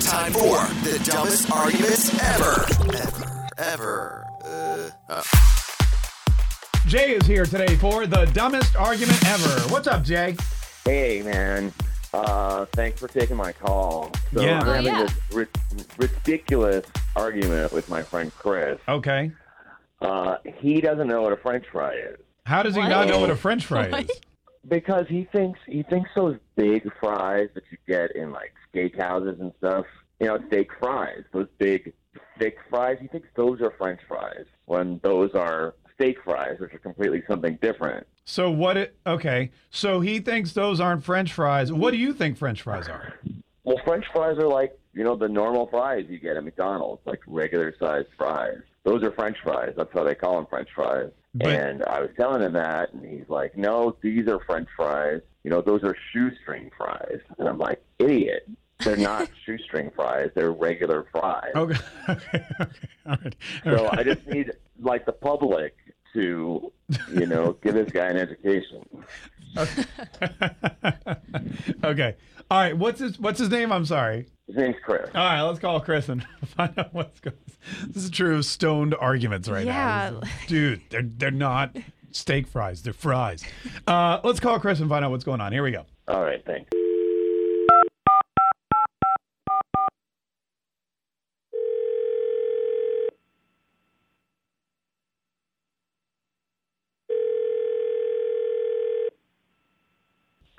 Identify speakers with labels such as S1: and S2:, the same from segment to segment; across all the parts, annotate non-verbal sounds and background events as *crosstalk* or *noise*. S1: Time for the dumbest arguments ever. Ever. Ever. Uh, uh.
S2: Jay is here today for the dumbest argument ever. What's up, Jay?
S3: Hey, man. Uh, thanks for taking my call. So
S2: Yeah.
S3: I'm
S2: Oh,
S3: having
S4: yeah.
S3: this ri- ridiculous argument with my friend Chris.
S2: Okay.
S3: Uh, he doesn't know what a French fry is
S2: How does he
S4: What?
S2: not know what a French fry is?
S3: because he thinks he thinks those big fries that you get in like steakhouses and stuff. You know, steak fries. Those big thick fries. He thinks those are French fries when those are steak fries, which are completely something different.
S2: So what? It, okay. So he thinks those aren't French fries. What do you think French fries are?
S3: Well, French fries are like you know the normal fries you get at McDonald's, like regular sized fries. Those are French fries. That's how they call them French fries.
S2: But-
S3: and I was telling him that, and he's like, "No, these are French fries. You know, those are shoestring fries." And I'm like, "Idiot!
S2: *laughs*
S3: They're not shoestring fries. They're regular fries."
S2: Okay. okay. *laughs* Okay. All right. All
S3: So
S2: right.
S3: I just need like the public to, you know, give this guy an education.
S2: *laughs* okay. All right. What's his What's his name? I'm sorry.
S3: His name's Chris.
S2: All right. Let's call Chris and *laughs* find out what's going. This is true of stoned arguments right now.
S4: Yeah.
S2: Dude, they're they're not steak fries. They're fries. Uh, let's call Chris and find out what's going on. Here we go.
S3: All right, thanks.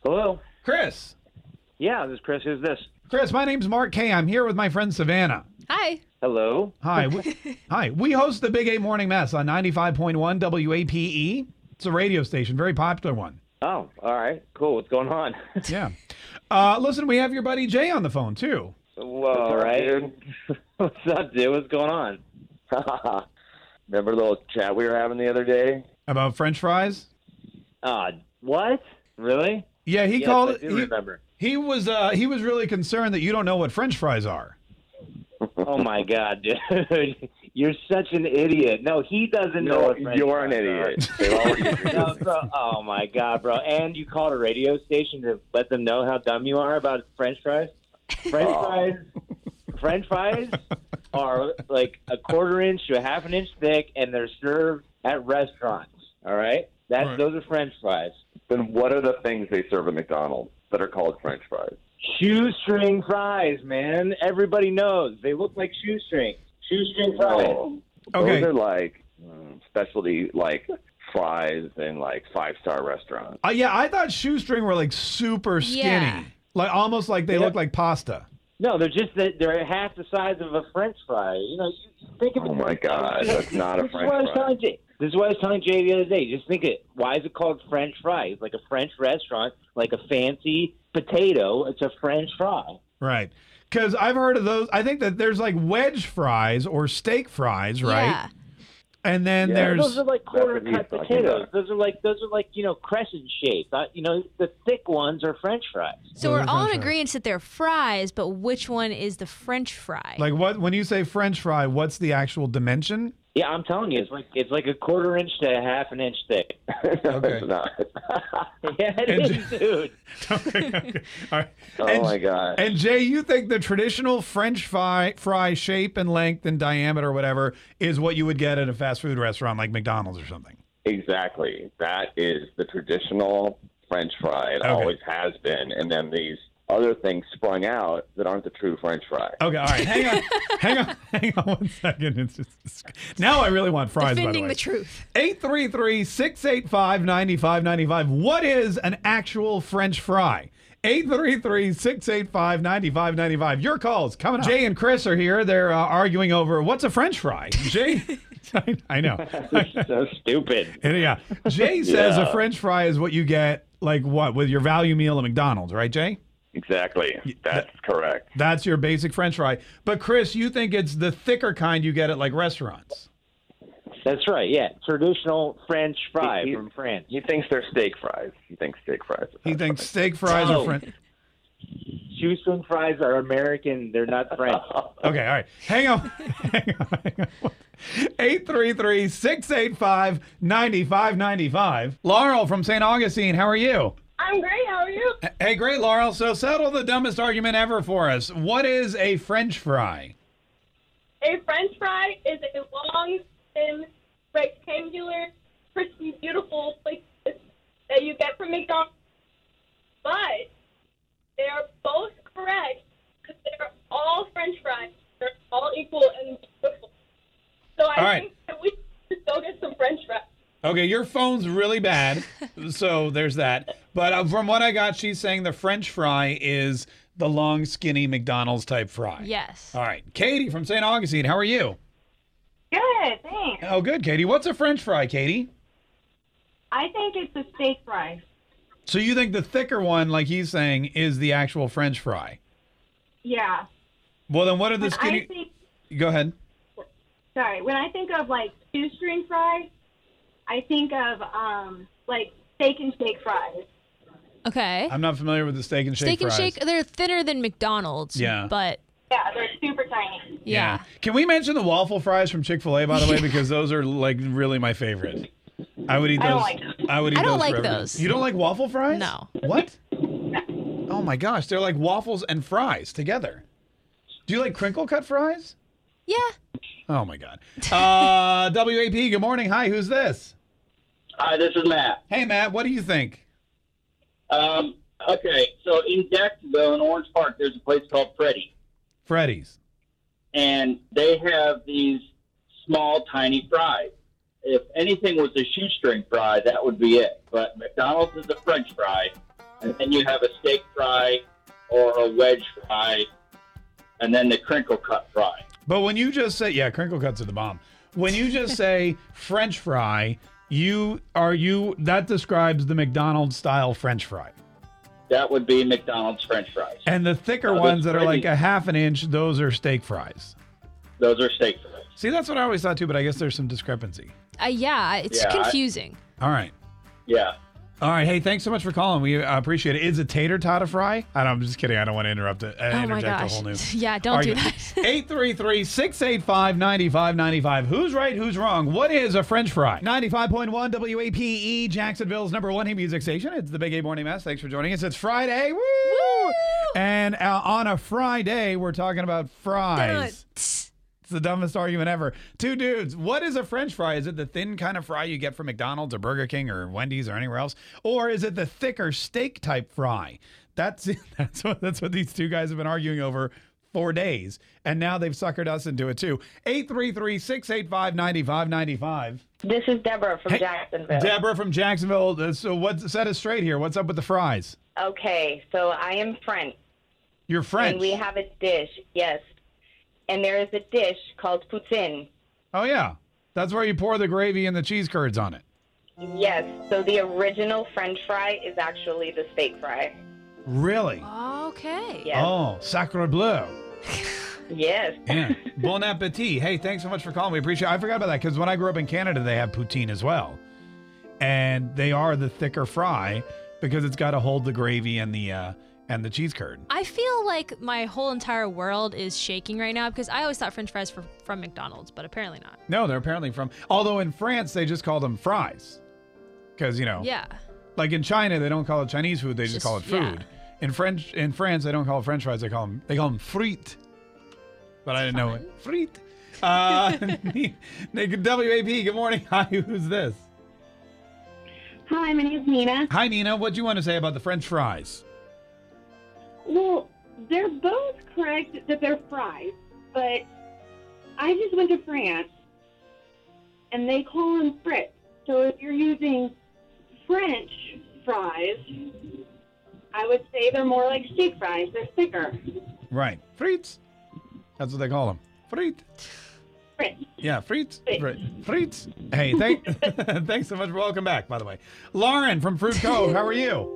S5: Hello.
S2: Chris.
S5: Yeah, this is Chris. Who's this?
S2: Chris, my name's Mark Kay. I'm here with my friend Savannah.
S4: Hi.
S5: Hello.
S2: Hi. We,
S5: *laughs*
S2: hi. We host the Big A Morning Mess on 95.1 WAPE. E. It's a radio station, very popular
S5: *laughs*
S2: one.
S5: Oh, all right. Cool. What's going on?
S2: Yeah. Uh, listen, we have your buddy Jay on the phone, too.
S5: Whoa, all right.
S3: *laughs*
S5: What's up, dude? What's going on?
S3: *laughs* Remember the little chat we were having the other day?
S2: About French fries?
S3: Ah,
S5: Uh, what? Really?
S2: Yeah, he
S5: Yes,
S2: called
S5: I do
S2: he,
S5: remember.
S2: he was uh, he was really concerned that you don't know what French fries are.
S5: Oh my god, dude! *laughs* You're such an idiot. No, he doesn't know.
S3: No,
S5: what French
S3: you're an
S5: fries are.
S3: idiot. They've *laughs* already agreed.
S5: *laughs* No, bro. Oh my god, bro! And you called a radio station to let them know how dumb you are about French fries. French
S3: Oh.
S5: fries, French fries are like a quarter inch to a half an inch thick, and they're served at restaurants. All right, that's
S2: Right.
S5: those are French fries.
S3: Then what are the things they serve at McDonald's that are called French fries?
S5: Shoestring fries, man. Everybody knows they look like shoestring. Shoestring fries.
S3: No.
S2: Okay.
S3: Those are like mm, specialty like fries in like five star restaurants.
S2: Uh, yeah, I thought shoestring were like super skinny.
S4: Yeah.
S2: Like almost like they
S5: Yeah.
S2: look like pasta.
S5: No, they're just that they're half the size of a French fry. You know, you you think of
S3: Oh
S5: it-
S3: my God, that's not a
S5: This is
S3: French
S5: what I was
S3: fry. *laughs*
S5: telling Jay. This is what I was telling Jay the other day. Just think it. Why is it called French fry? It's like a French restaurant, like a fancy potato. It's a French fry.
S2: Right. Because I've heard of those. I think that there's like wedge fries or steak fries, right?
S4: Yeah.
S2: And then
S3: Yeah.
S2: there's
S5: Those are like quarter
S3: what he's
S5: cut
S3: talking
S5: potatoes.
S3: about.
S5: Those are like those are like you know crescent shaped. Uh, You know the thick ones are French fries.
S2: Oh,
S6: So we're
S2: they're
S6: all
S2: french
S6: in
S2: fries.
S6: agreement that they're fries, but which one is the French fry?
S2: Like what? When you say French fry, what's the actual dimension?
S5: Yeah, I'm telling you, it's like it's like a quarter inch to a half an inch thick. *laughs*
S2: Okay.
S3: it's not. *laughs*
S5: yeah,
S2: And
S5: it is,
S2: *laughs*
S5: dude.
S2: Okay, okay. All right.
S3: Oh
S2: *laughs* and,
S3: my God.
S2: and Jay, you think the traditional French fry, fry shape and length and diameter, whatever, is what you would get at a fast food restaurant like McDonald's or something?
S3: Exactly. That is the traditional French fry. It
S2: Okay.
S3: always has been. And then these other things sprung out that aren't the true French fry.
S2: Okay. All right. Hang
S6: *laughs*
S2: on. hang on. Hang on one second. It's just, now I really want fries. by the,
S6: Defending
S2: way.
S6: the truth.
S2: 833-685-9595. What is an actual French fry? 833-685-9595. Your calls coming up. Jay and Chris are here. They're uh, arguing over what's a French fry. *laughs* Jay, I, I know.
S5: so stupid.
S2: And, yeah, Jay says a
S3: Yeah.
S2: French fry is what you get, like what, with your value meal at McDonald's, right, Jay?
S3: Exactly. That's correct.
S2: That's your basic French fry. But Chris, you think it's the thicker kind you get at like restaurants.
S5: That's right. Yeah, traditional French fry
S3: He- he-
S5: from France.
S3: He thinks they're steak fries. He thinks steak fries. are
S2: He
S3: French
S2: thinks steak fries are
S5: No.
S2: French.
S5: Shoestring fries are American. They're not French.
S2: Okay, all right. Hang on. *laughs* Hang on. Hang on. 833-685-9595. Laurel from St. Augustine, how are you?
S7: I'm great. How are you?
S2: Hey, great, Laurel. So settle the dumbest argument ever for us. What is a French fry?
S7: A French fry is a long, thin, rectangular, crispy, beautiful plate that you get from McDonald's. But they are both correct because they're all French fries. They're all equal and beautiful. So I
S2: All right.
S7: think that we should go get some French fries.
S2: Okay, your phone's really
S7: *laughs*
S2: bad. so there's that. But uh, from what I got, she's saying the French fry is the long, skinny McDonald's type fry.
S6: Yes.
S2: All right. Katie from St. Augustine, how are you?
S7: Good, thanks.
S2: Oh, good, Katie. What's a French fry, Katie?
S7: I think it's a steak fry.
S2: So you think the thicker one, like he's saying, is the actual French fry?
S7: Yeah.
S2: Well, then what are the skinny?
S7: think
S2: Go ahead.
S7: sorry, when I think of like shoestring fries, I think of um like steak and shake fries.
S6: Okay.
S2: I'm not familiar with the steak and shake.
S6: Steak and
S2: fries.
S6: Shake, they're thinner than McDonald's.
S2: Yeah.
S6: But
S7: Yeah, they're super tiny.
S6: yeah.
S2: Can we mention the waffle fries from Chick Fil A, by the
S6: *laughs*
S2: way, because those are like really my favorite. I would eat
S7: I
S2: those.
S7: don't like
S2: I would eat
S6: I don't
S2: those
S6: like
S2: forever.
S6: those.
S2: You don't like waffle fries?
S6: No.
S2: What? Oh my gosh, they're like waffles and fries together. Do you like crinkle cut fries?
S6: Yeah.
S2: Oh my
S6: *laughs*
S2: god. Uh, WAP. Good morning. Hi. Who's this?
S8: Hi, this is Matt.
S2: Hey Matt. What do you think?
S8: Um, okay, so in Jacksonville, in Orange Park, there's a place called Freddy,
S2: Freddy's.
S8: and they have these small, tiny fries. If anything was a shoestring fry, that would be it. But McDonald's is a French fry, and then you have a steak fry or a wedge fry, and then the crinkle cut fry.
S2: But when you just say, yeah, crinkle cuts are the bomb. When you
S8: *laughs*
S2: just say French fry, you are you that describes the McDonald's style French fry.
S8: That would be McDonald's French fries.
S2: And the thicker
S8: Oh, that's
S2: ones that are
S8: pretty.
S2: like a half an inch, those are steak fries.
S8: Those are steak fries.
S2: See, that's what I always thought too, but I guess there's some discrepancy.
S6: Uh, yeah. It's
S8: Yeah, I-
S6: confusing.
S2: All right.
S8: Yeah.
S2: All right. Hey, thanks so much for calling. We uh, appreciate it. Is a tater tot a fry? I don't, I'm just kidding. I don't want to interrupt it. Uh,
S6: oh my
S2: interject
S6: gosh.
S2: A whole new
S6: *laughs* yeah. Don't do
S2: argument.
S6: that. *laughs*
S2: 833-685-9595. Who's right? Who's wrong? What is a French fry? 95.1 WAPE, E, Jacksonville's number one hit music station. It's the Big A Morning Mass. Thanks for joining us. It's Friday. Woo! And uh, on a Friday, we're talking about fries. It's the dumbest argument ever. Two dudes. What is a French fry? Is it the thin kind of fry you get from McDonald's or Burger King or Wendy's or anywhere else, or is it the thicker steak type fry? That's *laughs* that's what that's what these two guys have been arguing over for days, and now they've suckered us into it too. 833-685-9595.
S7: This is Deborah from Jacksonville.
S2: Deborah from Jacksonville. uh, So what set us straight here? What's up with the fries?
S7: okay, so I am French,
S2: You're French.
S7: and we have a dish, yes, and there is a dish called poutine.
S2: oh yeah, that's where you pour the gravy and the cheese curds on it.
S7: Yes, so the original French fry is actually the steak fry.
S2: Really?
S6: Okay.
S7: Yes,
S2: Oh, sacre bleu.
S7: yes.
S2: Yeah. bon appetit. Hey, thanks so much for calling. We appreciate I forgot about that because when I grew up in Canada, they have poutine as well. And they are the thicker fry because it's got to hold the gravy and the uh, and the cheese curd.
S6: I feel like my whole entire world is shaking right now because I always thought French fries were from McDonald's, but apparently not.
S2: No, they're apparently from. Although in France, they just call them fries. Because, you know,
S6: Yeah.
S2: like in China, they don't call it Chinese food, they just,
S6: Just-
S2: call it
S6: yeah.
S2: food. In French, in France, they don't call it French fries, they call them, they call them frites. But I didn't know it. Frites. Uh, *laughs* Nick- WAP, good morning. *laughs* Hi, who's this?
S7: Hi, my name's Nina.
S2: Hi, Nina. What do you want to say about the French fries?
S7: Well, they're both correct that they're fries, but I just went to France and they call them frits. So if you're using French fries, I would say they're more like steak fries. They're thicker.
S2: Right. Frites. That's what they call them. Frites.
S7: Fritz.
S2: Yeah, frites.
S7: Frites.
S2: Fri- Frites. Hey,
S7: *laughs* *laughs*
S2: thank, thanks so much. Welcome back, by the way. Lauren from Fruit Cove, how are you?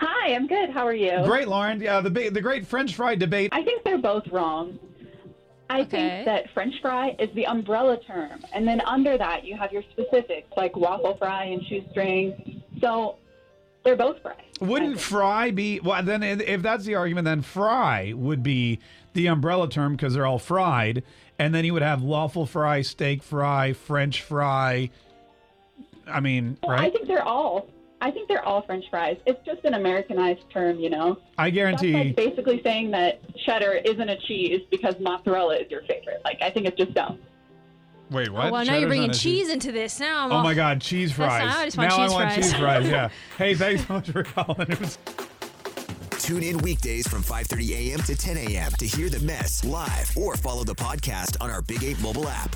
S7: Hi, I'm good. How are you?
S2: Great, Lauren. Yeah, the big, the great French fry debate.
S7: I think they're both wrong. I think that French fry is the umbrella term, and then under that you have your specifics like waffle fry and shoestring. So they're both fry.
S2: Wouldn't fry be well? Then, i- if that's the argument, then fry would be the umbrella term because they're all fried, and then you would have waffle fry, steak fry, French fry. I mean,
S7: Well, I
S2: right?
S7: think they're all. I think they're all French fries. It's just an Americanized term, you know.
S2: I guarantee.
S7: Like basically saying that cheddar isn't a cheese because mozzarella is your favorite. Like I think it's just dumb.
S2: Wait, what?
S6: Oh, well,
S2: Cheddar's
S6: now you're
S2: not
S6: bringing
S2: a
S6: cheese into this. Now I'm
S2: oh
S6: all-
S2: my God, cheese
S6: That's
S2: fries!
S6: not- I just want
S2: now
S6: cheese
S2: I want
S6: fries.
S2: cheese fries.
S6: *laughs*
S2: Yeah. Hey, thanks so much for calling. It was-
S1: Tune in weekdays from 5:30 a.m. to 10 a.m. to hear the mess live or follow the podcast on our Big 8 mobile app.